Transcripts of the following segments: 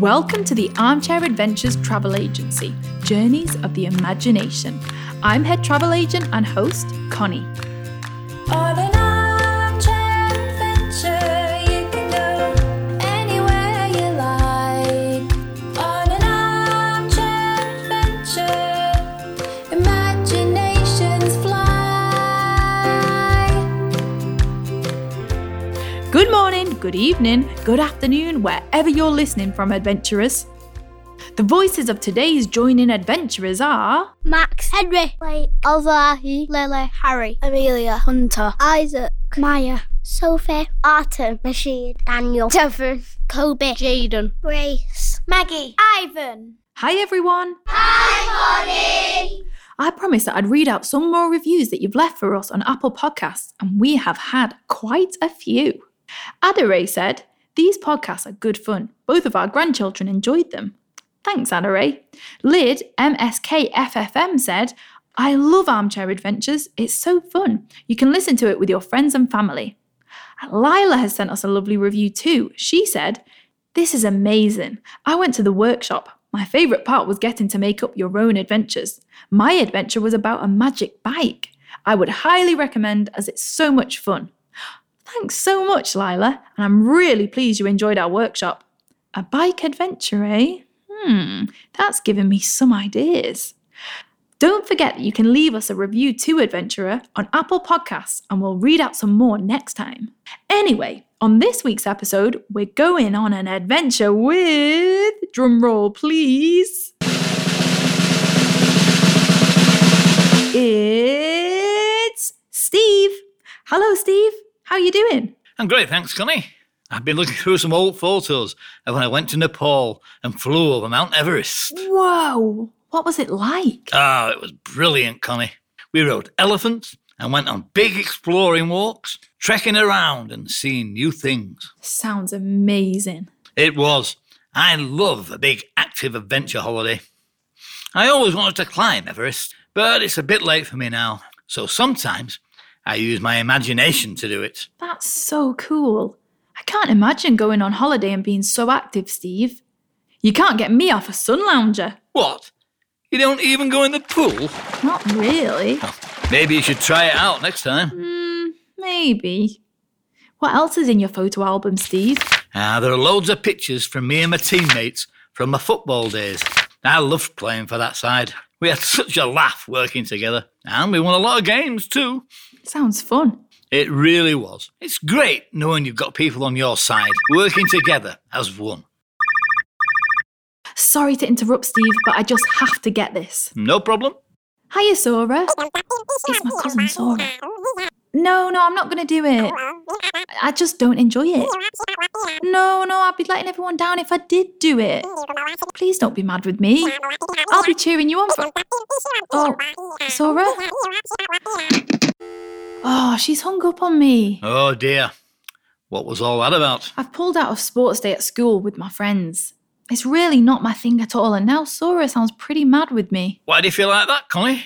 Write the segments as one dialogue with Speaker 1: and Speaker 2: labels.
Speaker 1: Welcome to the Armchair Adventures Travel Agency Journeys of the Imagination. I'm head travel agent and host, Connie.
Speaker 2: On an armchair adventure, you can go anywhere you like. On an armchair adventure, imaginations fly.
Speaker 1: Good morning, good evening, good afternoon, wherever you're listening from, adventurers. The voices of today's joining adventurers are
Speaker 3: Max, Henry, Wait, Alvahi, Lily, Harry, Amelia, Hunter, Isaac, Maya, Sophie, Artem, Machine, Daniel, Devon, Kobe, Jaden, Grace, Maggie, Ivan.
Speaker 1: Hi everyone. Hi Connie. I promised that I'd read out some more reviews that you've left for us on Apple Podcasts, and we have had quite a few. Adaray said, These podcasts are good fun. Both of our grandchildren enjoyed them. Thanks, Adaray. Lid MSKFFM said, I love armchair adventures. It's so fun. You can listen to it with your friends and family. Lila has sent us a lovely review too. She said, This is amazing. I went to the workshop. My favourite part was getting to make up your own adventures. My adventure was about a magic bike. I would highly recommend as it's so much fun. Thanks so much, Lila, and I'm really pleased you enjoyed our workshop. A bike adventure, eh? Hmm, that's given me some ideas. Don't forget that you can leave us a review too, Adventurer, on Apple Podcasts, and we'll read out some more next time. Anyway, on this week's episode, we're going on an adventure with. Drumroll, please. It's Steve. Hello, Steve. How you doing?
Speaker 4: I'm great, thanks, Connie. I've been looking through some old photos of when I went to Nepal and flew over Mount Everest.
Speaker 1: Whoa, what was it like?
Speaker 4: Ah, it was brilliant, Connie. We rode elephants and went on big exploring walks, trekking around and seeing new things.
Speaker 1: Sounds amazing.
Speaker 4: It was. I love a big active adventure holiday. I always wanted to climb Everest, but it's a bit late for me now. So sometimes I use my imagination to do it.
Speaker 1: That's so cool. I can't imagine going on holiday and being so active, Steve. You can't get me off a sun lounger.
Speaker 4: What? You don't even go in the pool?
Speaker 1: Not really.
Speaker 4: Maybe you should try it out next time.
Speaker 1: Maybe. What else is in your photo album, Steve?
Speaker 4: Ah, there are loads of pictures from me and my teammates from my football days. I loved playing for that side. We had such a laugh working together, and we won a lot of games too.
Speaker 1: Sounds fun.
Speaker 4: It really was. It's great knowing you've got people on your side working together as one.
Speaker 1: Sorry to interrupt, Steve, but I just have to get this.
Speaker 4: No problem.
Speaker 1: Hiya, Sora.
Speaker 5: It's my cousin Sora.
Speaker 1: No, no, I'm not going to do it. I just don't enjoy it. No, no, I'd be letting everyone down if I did do it. Please don't be mad with me. I'll be cheering you on for.
Speaker 5: Oh, Sora?
Speaker 1: Oh, she's hung up on me.
Speaker 4: Oh dear. What was all that about?
Speaker 1: I've pulled out of sports day at school with my friends. It's really not my thing at all, and now Sora sounds pretty mad with me.
Speaker 4: Why do you feel like that, Connie?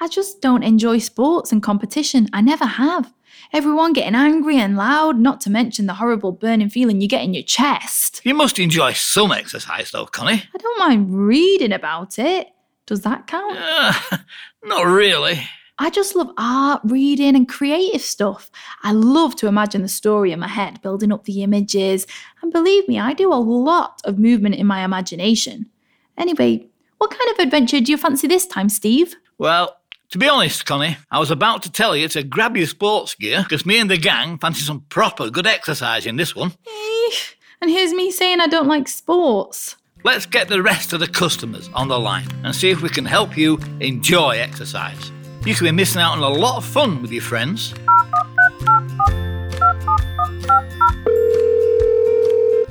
Speaker 1: I just don't enjoy sports and competition. I never have. Everyone getting angry and loud, not to mention the horrible burning feeling you get in your chest.
Speaker 4: You must enjoy some exercise though, Connie.
Speaker 1: I don't mind reading about it. Does that count?
Speaker 4: Ah, not really.
Speaker 1: I just love art, reading, and creative stuff. I love to imagine the story in my head, building up the images. And believe me, I do a lot of movement in my imagination. Anyway, what kind of adventure do you fancy this time, Steve?
Speaker 4: Well, to be honest, Connie, I was about to tell you to grab your sports gear because me and the gang fancy some proper good exercise in this one.
Speaker 1: Eesh. And here's me saying I don't like sports.
Speaker 4: Let's get the rest of the customers on the line and see if we can help you enjoy exercise. You could be missing out on a lot of fun with your friends.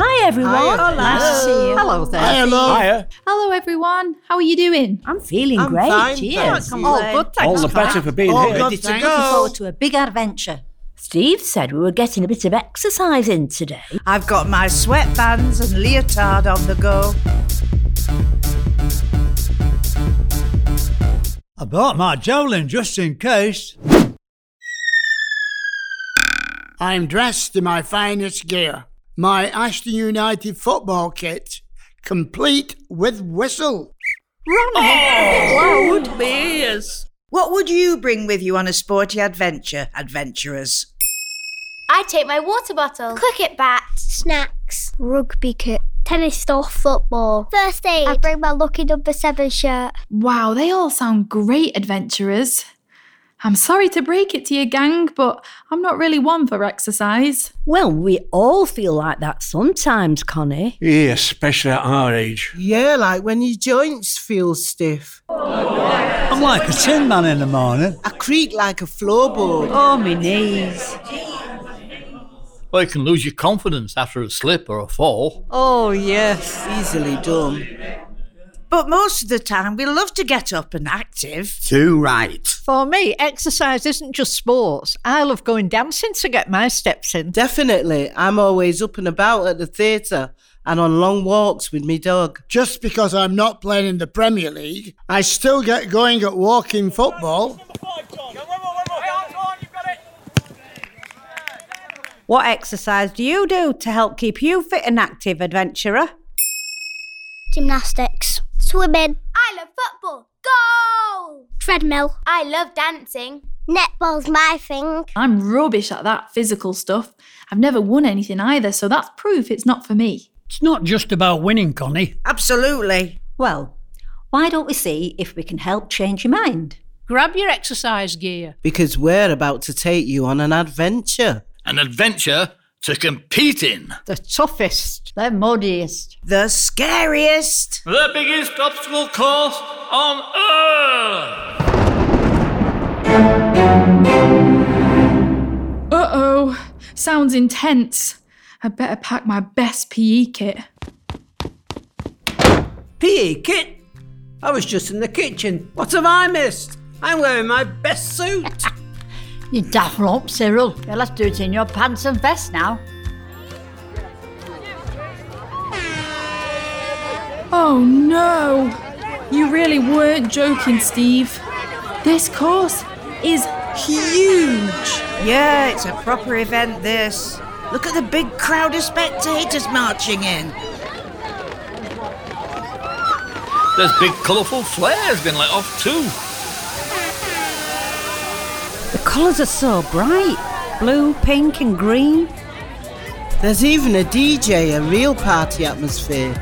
Speaker 6: Hi everyone. Nice to see you. Hello there.
Speaker 7: Hiya.
Speaker 1: Hello, everyone. How are you doing?
Speaker 6: I'm feeling great. Cheers.
Speaker 8: Oh,
Speaker 7: All the better for
Speaker 6: Oh,
Speaker 7: being here.
Speaker 9: Ready to go.
Speaker 10: to a big adventure.
Speaker 6: Steve said we were getting a bit of exercise in today.
Speaker 9: I've got my sweatbands and leotard on the go.
Speaker 7: I bought my javelin just in case.
Speaker 11: I'm dressed in my finest gear, my Ashton United football kit,
Speaker 10: complete with whistle.
Speaker 11: Loud beers.
Speaker 9: What would you bring with you on a sporty adventure, adventurers?
Speaker 3: I take my water bottle, cricket bat, snacks, rugby kit, tennis stuff, football, first aid. I bring my lucky number seven shirt.
Speaker 1: Wow, they all sound great adventurers. I'm sorry to break it to you, gang, but I'm not really one for exercise.
Speaker 6: Well, we all feel like that sometimes, Connie.
Speaker 12: Yeah, especially at our age.
Speaker 11: Yeah, like when your joints feel stiff.
Speaker 7: I'm like a tin man in the morning.
Speaker 11: I creak like a floorboard.
Speaker 9: Oh, my knees.
Speaker 4: Or you can lose your confidence after a slip or a fall.
Speaker 11: Oh, yes. Easily done.
Speaker 9: But most of the time, we love to get up and active.
Speaker 10: Too right.
Speaker 13: For me, exercise isn't just sports. I love going dancing to get my steps in.
Speaker 11: Definitely. I'm always up and about at the theatre and on long walks with me dog.
Speaker 10: Just because I'm not playing in the Premier League, I still get going at walking football.
Speaker 13: What exercise do you do to help keep you fit and active, adventurer?
Speaker 3: Gymnastics. Swimming. I love football. Go! Treadmill. I love dancing. Netball's my thing.
Speaker 1: I'm rubbish at that physical stuff. I've never won anything either, so that's proof it's not for me.
Speaker 12: It's not just about winning, Connie.
Speaker 9: Absolutely.
Speaker 8: Well, why don't we see if we can help change your mind? Grab your exercise gear.
Speaker 11: Because we're about to take you on an adventure.
Speaker 4: An adventure to compete in.
Speaker 13: The toughest, the muddiest.
Speaker 9: The scariest.
Speaker 4: The biggest obstacle course on earth.
Speaker 1: Uh oh, sounds intense. I better pack my best PE kit.
Speaker 14: PE E, kit? I was just in the kitchen. What have I missed? I'm wearing my best suit.
Speaker 13: You daft lump, Cyril. You'll have to do it in your pants and vest now.
Speaker 1: Oh no! You really weren't joking, Steve. This course is huge.
Speaker 9: Yeah, it's a proper event, this. Look at the big crowd of spectators marching in.
Speaker 4: There's big colourful flares been let off too.
Speaker 6: The colours are so bright blue, pink, and green.
Speaker 11: There's even a DJ, a real party atmosphere.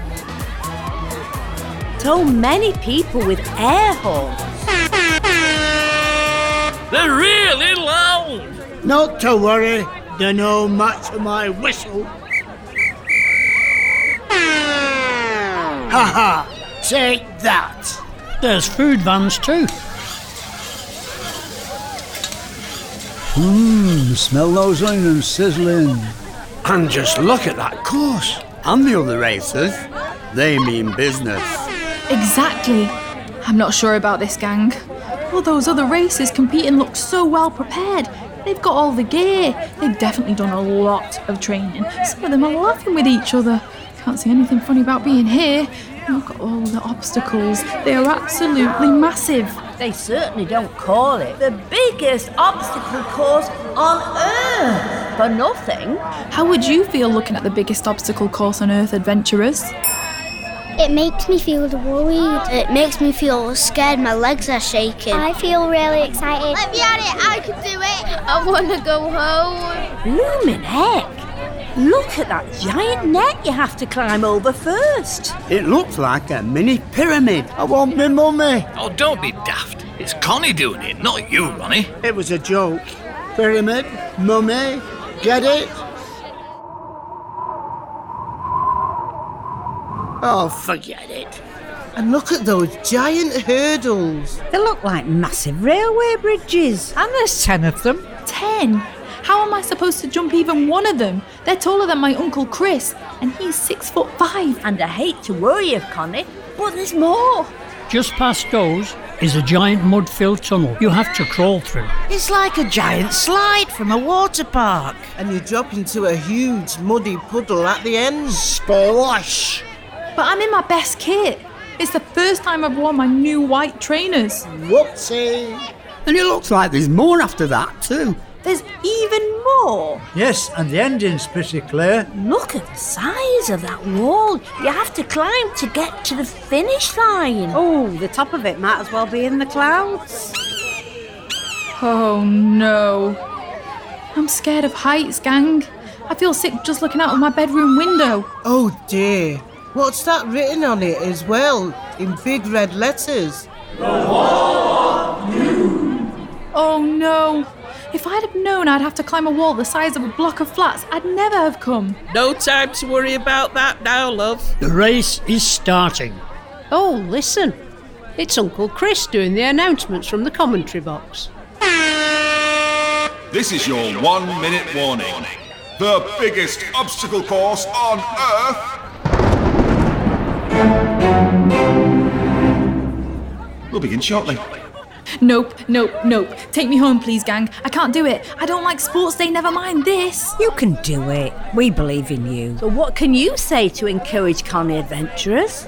Speaker 6: So many people with air horns.
Speaker 4: They're really loud.
Speaker 10: Not to worry, they know much of my whistle. Ha ha! Take that!
Speaker 12: There's food vans too.
Speaker 7: Mmm, smell those onions sizzling.
Speaker 12: And just look at that course.
Speaker 10: And the other races, they mean business.
Speaker 1: Exactly. I'm not sure about this gang. All those other races competing look so well prepared. They've got all the gear. They've definitely done a lot of training. Some of them are laughing with each other. Can't see anything funny about being here. Look at all the obstacles. They are absolutely massive.
Speaker 6: They certainly don't call it the biggest obstacle course on earth for nothing.
Speaker 1: How would you feel looking at the biggest obstacle course on Earth, adventurers?
Speaker 3: It makes me feel worried. It makes me feel scared. My legs are shaking. I feel really excited. Let me at it. I can do it. I want to go home.
Speaker 6: Blooming heck! Look at that giant net you have to climb over first.
Speaker 10: It looks like a mini pyramid. I want my mummy.
Speaker 4: Oh, don't be daft. It's Connie doing it, not you, Ronnie.
Speaker 10: It was a joke. Pyramid, mummy, get it? Oh, forget it.
Speaker 11: And look at those giant hurdles.
Speaker 6: They look like massive railway bridges.
Speaker 13: And there's ten of them.
Speaker 1: Ten? How am I supposed to jump even one of them? They're taller than my Uncle Chris, and he's six foot five.
Speaker 6: And I hate to worry you, Connie, but there's more.
Speaker 12: Just past those is a giant mud filled tunnel you have to crawl through.
Speaker 9: It's like a giant slide from a water park.
Speaker 11: And you drop into a huge muddy puddle at the end.
Speaker 10: Splash!
Speaker 1: But I'm in my best kit. It's the first time I've worn my new white trainers.
Speaker 10: Whoopsie! And it looks like there's more after that, too.
Speaker 15: There's even more.
Speaker 16: Yes, and the ending's pretty clear.
Speaker 17: Look at the size of that wall. You have to climb to get to the finish line.
Speaker 18: Oh, the top of it might as well be in the clouds.
Speaker 1: Oh no. I'm scared of heights, gang. I feel sick just looking out of my bedroom window.
Speaker 11: Oh dear. What's that written on it as well, in big red letters?
Speaker 1: Oh no. If I'd have known I'd have to climb a wall the size of a block of flats, I'd never have come.
Speaker 19: No time to worry about that now, love.
Speaker 12: The race is starting.
Speaker 20: Oh, listen. It's Uncle Chris doing the announcements from the commentary box.
Speaker 21: This is your one minute warning. The biggest obstacle course on Earth will begin shortly.
Speaker 1: Nope, nope, nope. Take me home, please, gang. I can't do it. I don't like sports day, never mind this.
Speaker 22: You can do it. We believe in you.
Speaker 17: So, what can you say to encourage Connie adventurers?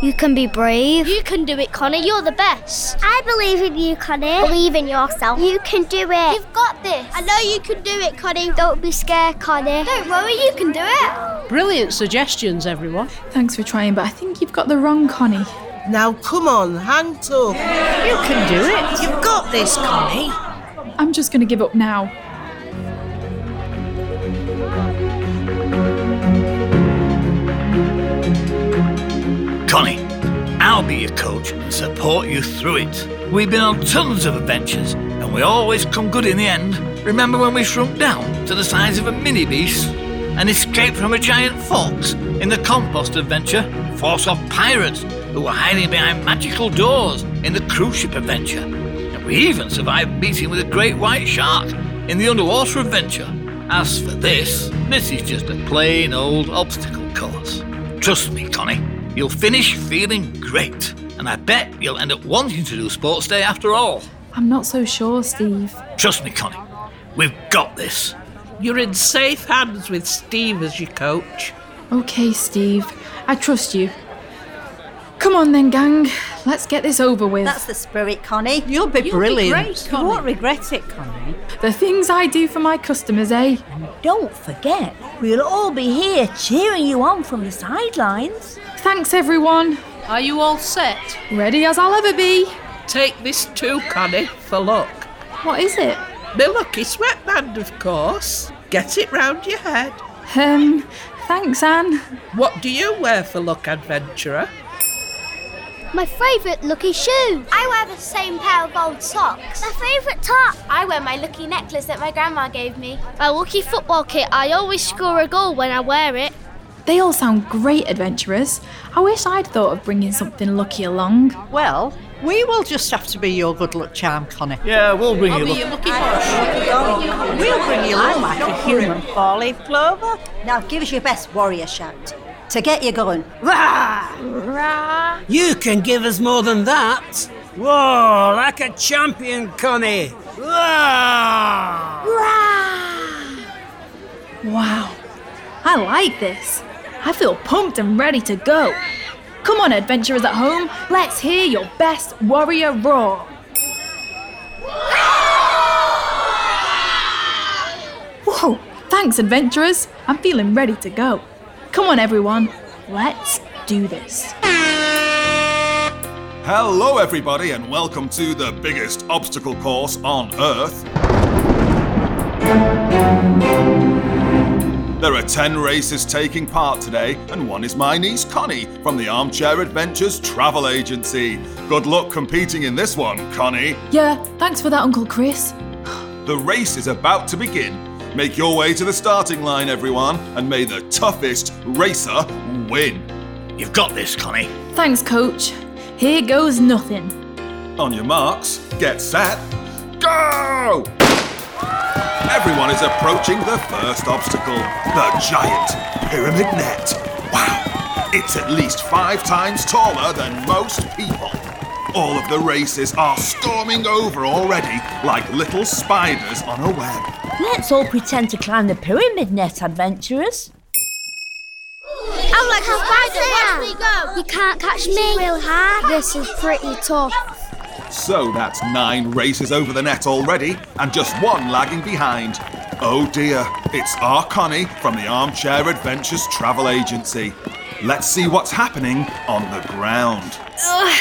Speaker 3: You can be brave.
Speaker 17: You can do it, Connie. You're the best.
Speaker 3: I believe in you, Connie. Believe in yourself. You can do it. You've got this. I know you can do it, Connie. Don't be scared, Connie. Don't worry, you can do it.
Speaker 20: Brilliant suggestions, everyone.
Speaker 1: Thanks for trying, but I think you've got the wrong Connie.
Speaker 11: Now come on, hang tough.
Speaker 6: You can do it. You've got this, Connie.
Speaker 1: I'm just going to give up now.
Speaker 4: Connie, I'll be your coach and support you through it. We've been on tons of adventures and we always come good in the end. Remember when we shrunk down to the size of a mini beast and escaped from a giant fox in the compost adventure? Force off pirates who were hiding behind magical doors in the cruise ship adventure. And we even survived meeting with a great white shark in the underwater adventure. As for this, this is just a plain old obstacle course. Trust me, Connie, you'll finish feeling great. And I bet you'll end up wanting to do sports day after all.
Speaker 1: I'm not so sure, Steve.
Speaker 4: Trust me, Connie, we've got this.
Speaker 19: You're in safe hands with Steve as your coach.
Speaker 1: Okay, Steve. I trust you. Come on then, gang. Let's get this over with.
Speaker 8: That's the spirit, Connie.
Speaker 11: You'll be brilliant.
Speaker 8: great, Connie. You won't regret it, Connie.
Speaker 1: The things I do for my customers, eh?
Speaker 17: Don't forget, we'll all be here cheering you on from the sidelines.
Speaker 1: Thanks, everyone.
Speaker 20: Are you all set?
Speaker 1: Ready as I'll ever be.
Speaker 19: Take this too, Connie, for luck.
Speaker 1: What is it?
Speaker 19: The lucky sweatband, of course. Get it round your head.
Speaker 1: Um, thanks, Anne.
Speaker 19: What do you wear for luck, adventurer?
Speaker 3: My favourite lucky shoes.
Speaker 23: I wear the same pair of old socks.
Speaker 3: My favourite top.
Speaker 23: I wear my lucky necklace that my grandma gave me.
Speaker 3: My lucky football kit. I always score a goal when I wear it.
Speaker 1: They all sound great adventurers. I wish I'd thought of bringing something lucky along.
Speaker 13: Well, we will just have to be your good luck charm, Connie.
Speaker 4: Yeah, we'll bring
Speaker 13: I'll
Speaker 4: you
Speaker 13: be
Speaker 4: luck.
Speaker 13: your lucky horse.
Speaker 8: We'll bring you
Speaker 13: luck.
Speaker 8: I'm like a human four leaf clover. Now give us your best warrior shout to get you going. Rah! Rah!
Speaker 14: You can give us more than that. Whoa, like a champion, Connie. Whoa!
Speaker 1: Wow. I like this. I feel pumped and ready to go. Come on, adventurers at home, let's hear your best warrior roar. Whoa, thanks, adventurers. I'm feeling ready to go. Come on, everyone, let's do this.
Speaker 21: Hello, everybody, and welcome to the biggest obstacle course on Earth. There are 10 races taking part today, and one is my niece Connie from the Armchair Adventures Travel Agency. Good luck competing in this one, Connie.
Speaker 1: Yeah, thanks for that, Uncle Chris.
Speaker 21: The race is about to begin. Make your way to the starting line, everyone, and may the toughest racer win.
Speaker 4: You've got this, Connie.
Speaker 1: Thanks, coach. Here goes nothing.
Speaker 21: On your marks, get set, go! Everyone is approaching the first obstacle the giant pyramid net. Wow! It's at least five times taller than most people. All of the races are storming over already like little spiders on a web.
Speaker 17: Let's all pretend to climb the pyramid net, adventurers.
Speaker 23: I'm like a spider. Watch me go.
Speaker 3: You can't catch me. Real hard. This is pretty tough.
Speaker 21: So that's nine races over the net already, and just one lagging behind. Oh dear, it's our Connie from the Armchair Adventures Travel Agency. Let's see what's happening on the ground.
Speaker 2: Ugh.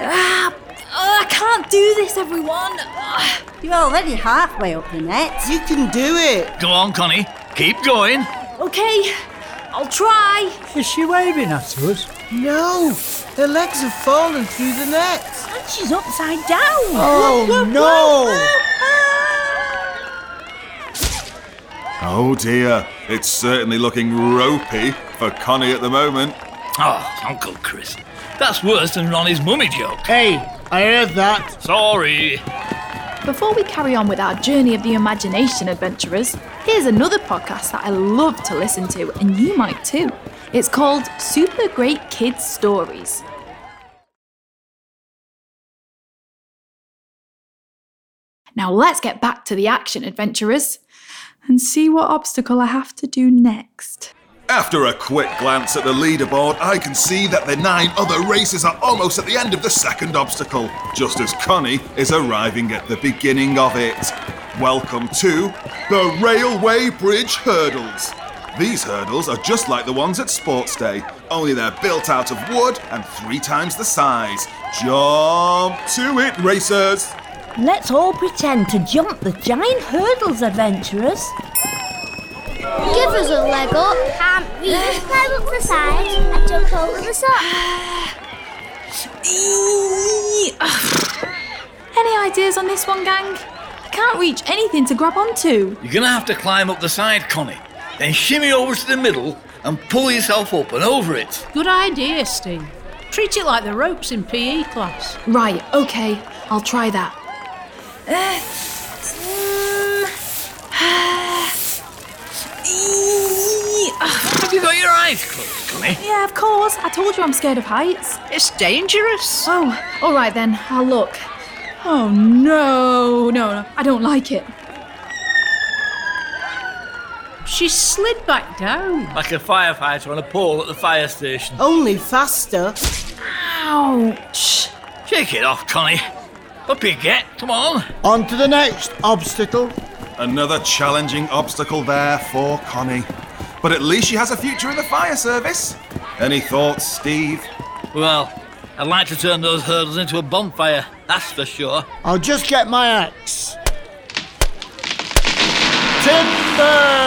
Speaker 2: Ah, ugh, I can't do this, everyone. Ugh.
Speaker 8: You're already halfway up the net.
Speaker 11: You can do it.
Speaker 4: Go on, Connie. Keep going.
Speaker 2: Okay, I'll try.
Speaker 16: Is she waving at us?
Speaker 11: No, her legs have fallen through the net.
Speaker 17: And she's upside down.
Speaker 11: Oh
Speaker 17: Look, look,
Speaker 11: no!
Speaker 21: Oh dear, it's certainly looking ropey for Connie at the moment.
Speaker 4: Oh, Uncle Chris, that's worse than Ronnie's mummy joke.
Speaker 10: Hey, I heard that.
Speaker 4: Sorry.
Speaker 1: Before we carry on with our journey of the imagination, adventurers, here's another podcast that I love to listen to, and you might too. It's called Super Great Kids Stories. Now let's get back to the action, adventurers, and see what obstacle I have to do next.
Speaker 21: After a quick glance at the leaderboard, I can see that the nine other races are almost at the end of the second obstacle, just as Connie is arriving at the beginning of it. Welcome to the Railway Bridge Hurdles. These hurdles are just like the ones at Sports Day, only they're built out of wood and three times the size. Jump to it, racers!
Speaker 17: Let's all pretend to jump the giant hurdles, adventurers.
Speaker 3: Give us a leg up.
Speaker 23: Can't we just climb up the side and jump over the side?
Speaker 1: Eee, ugh. Any ideas on this one, gang? I can't reach anything to grab onto.
Speaker 4: You're going to have to climb up the side, Connie, then shimmy over to the middle and pull yourself up and over it.
Speaker 20: Good idea, Steve. Treat it like the ropes in PE class.
Speaker 1: Right, okay, I'll try that.
Speaker 2: Uh,
Speaker 23: Eee, ugh.
Speaker 4: Have you got your eyes closed, Connie?
Speaker 1: Yeah, of course. I told you I'm scared of heights.
Speaker 13: It's dangerous.
Speaker 1: Oh, all right then. I'll look. Oh no, no, no. I don't like it.
Speaker 20: She slid back down.
Speaker 4: Like a firefighter on a pole at the fire station.
Speaker 11: Only faster.
Speaker 1: Ouch.
Speaker 4: Shake it off, Connie. Up you get. Come on.
Speaker 10: On to the next obstacle.
Speaker 21: Another challenging obstacle there for Connie. But at least she has a future in the fire service. Any thoughts, Steve?
Speaker 4: Well, I'd like to turn those hurdles into a bonfire, that's for sure.
Speaker 10: I'll just get my axe. Timber!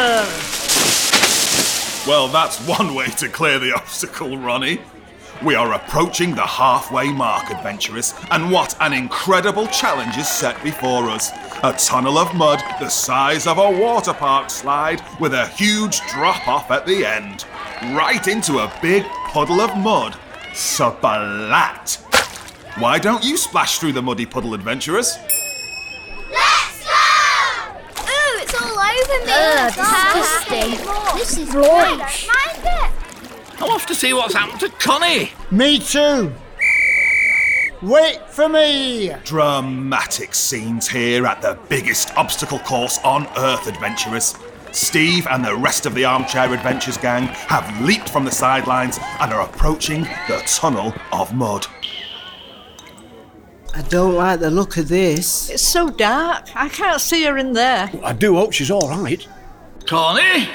Speaker 21: Well, that's one way to clear the obstacle, Ronnie. We are approaching the halfway mark, adventurers, and what an incredible challenge is set before us. A tunnel of mud the size of a water park slide with a huge drop off at the end. Right into a big puddle of mud. Sabalat! Why don't you splash through the muddy puddle, adventurers?
Speaker 23: Let's go! Ooh, it's all over me.
Speaker 3: Ugh, disgusting. This is rubbish.
Speaker 23: I don't mind
Speaker 4: I'm off to see what's happened to Connie.
Speaker 10: Me too. Wait for me.
Speaker 21: Dramatic scenes here at the biggest obstacle course on Earth, adventurers. Steve and the rest of the Armchair Adventures gang have leaped from the sidelines and are approaching the tunnel of mud.
Speaker 11: I don't like the look of this.
Speaker 13: It's so dark. I can't see her in there.
Speaker 16: I do hope she's all right.
Speaker 4: Connie?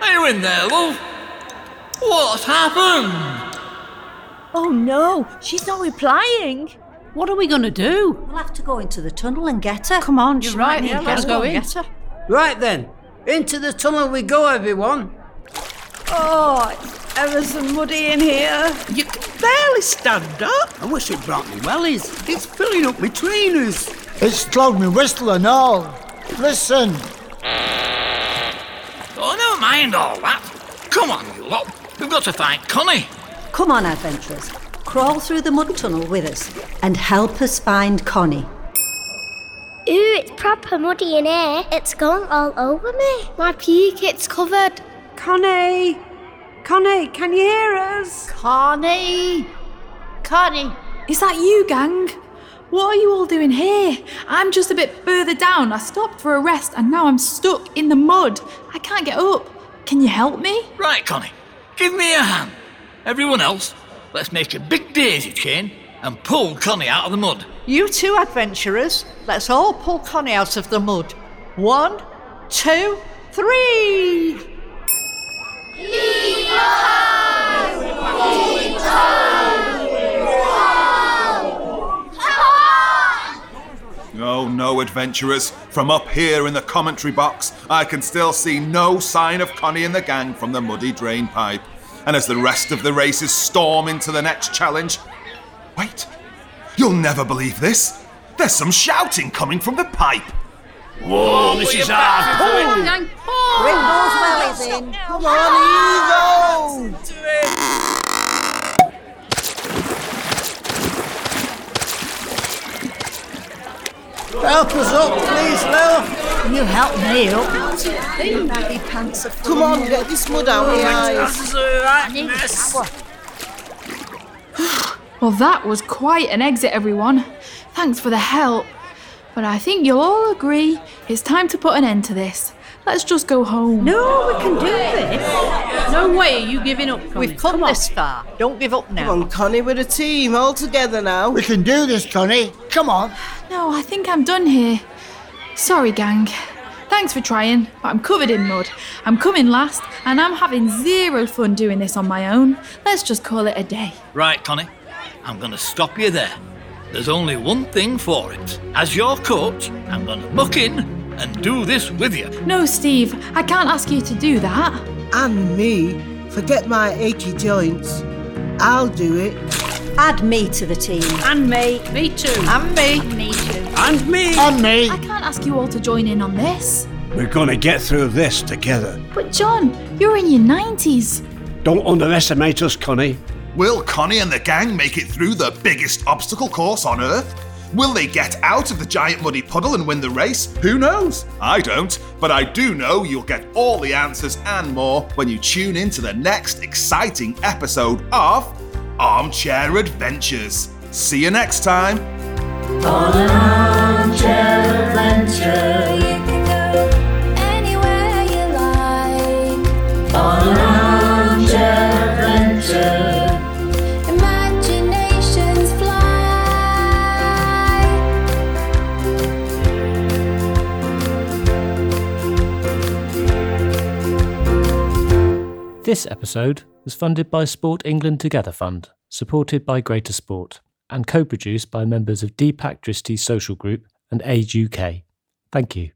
Speaker 4: Are you in there, love? What's happened?
Speaker 23: Oh no, she's not replying.
Speaker 20: What are we going to do?
Speaker 8: We'll have to go into the tunnel and get her.
Speaker 20: Come on, you're
Speaker 8: She
Speaker 20: right.
Speaker 8: might
Speaker 20: Yeah,
Speaker 8: need
Speaker 20: let's
Speaker 8: help.
Speaker 20: go in.
Speaker 14: Right then, into the tunnel we go, everyone.
Speaker 15: Oh, it's ever so muddy in here.
Speaker 19: You can barely stand up.
Speaker 14: I wish you'd brought me wellies. It's filling up my trainers.
Speaker 10: It's clogged me whistle and all. Listen,
Speaker 4: Oh, never mind all that. Come on, you lot. We've got to find Connie.
Speaker 8: Come on, adventurers. Crawl through the mud tunnel with us and help us find Connie.
Speaker 3: Ooh, it's proper muddy in here. It's gone all over me. My pea kit's covered.
Speaker 18: Connie! Connie, can you hear us?
Speaker 1: Connie! Connie! Is that you, gang? What are you all doing here? I'm just a bit further down. I stopped for a rest and now I'm stuck in the mud. I can't get up. Can you help me?
Speaker 4: Right, Connie. Give me a hand. Everyone else, let's make a big daisy chain and pulled Connie out of the mud.
Speaker 13: You two adventurers, let's all pull Connie out of the mud. One, two, three!
Speaker 21: Oh no, adventurers. From up here in the commentary box, I can still see no sign of Connie and the gang from the muddy drain pipe. And as the rest of the racers storm into the next challenge. Wait, you'll never believe this. There's some shouting coming from the pipe.
Speaker 4: Whoa, this is hard.
Speaker 8: Bring those
Speaker 23: Oh,
Speaker 8: wellies in. Come on, Evo!
Speaker 14: Help us up, please, Lil.
Speaker 8: You help me up.
Speaker 14: Baggy
Speaker 8: pants are
Speaker 11: Come on, get this mud out of my eyes.
Speaker 1: Well, that was quite an exit, everyone. Thanks for the help. But I think you'll all agree it's time to put an end to this. Let's just go home.
Speaker 13: No, Oh, we can do this.
Speaker 11: No way are you giving up,
Speaker 13: We've come, this far. Don't give up now.
Speaker 11: Come on, Connie, we're a team, all together now. We
Speaker 10: can do this, Connie. Come on.
Speaker 1: No, I think I'm done here. Sorry, gang. Thanks for trying, but I'm covered in mud. I'm coming last, and I'm having zero fun doing this on my own. Let's just call it a day.
Speaker 4: Right, Connie, I'm going to stop you there. There's only one thing for it. As your coach, I'm going to muck in and do this with you.
Speaker 1: No, Steve, I can't ask you to do that.
Speaker 11: And me, forget my achy joints. I'll do it.
Speaker 8: Add me to the team.
Speaker 22: And me. Me too.
Speaker 13: And me.
Speaker 22: me too.
Speaker 16: And me.
Speaker 10: And me.
Speaker 1: I can't ask you all to join in on this.
Speaker 16: We're gonna get through this together.
Speaker 1: But, John, you're in your 90s.
Speaker 16: Don't underestimate us, Connie.
Speaker 21: Will Connie and the gang make it through the biggest obstacle course on Earth? Will they get out of the giant muddy puddle and win the race? Who knows? I don't, but I do know you'll get all the answers and more when you tune in to the next exciting episode of Armchair Adventures. See you next time.
Speaker 5: On an armchair adventure, you can go anywhere you like. On an armchair adventure, imaginations fly.
Speaker 7: This episode was funded by Sport England Together Fund, supported by Greater Sport, and co produced by members of Deepak Dristi Social Group and Age UK. Thank you.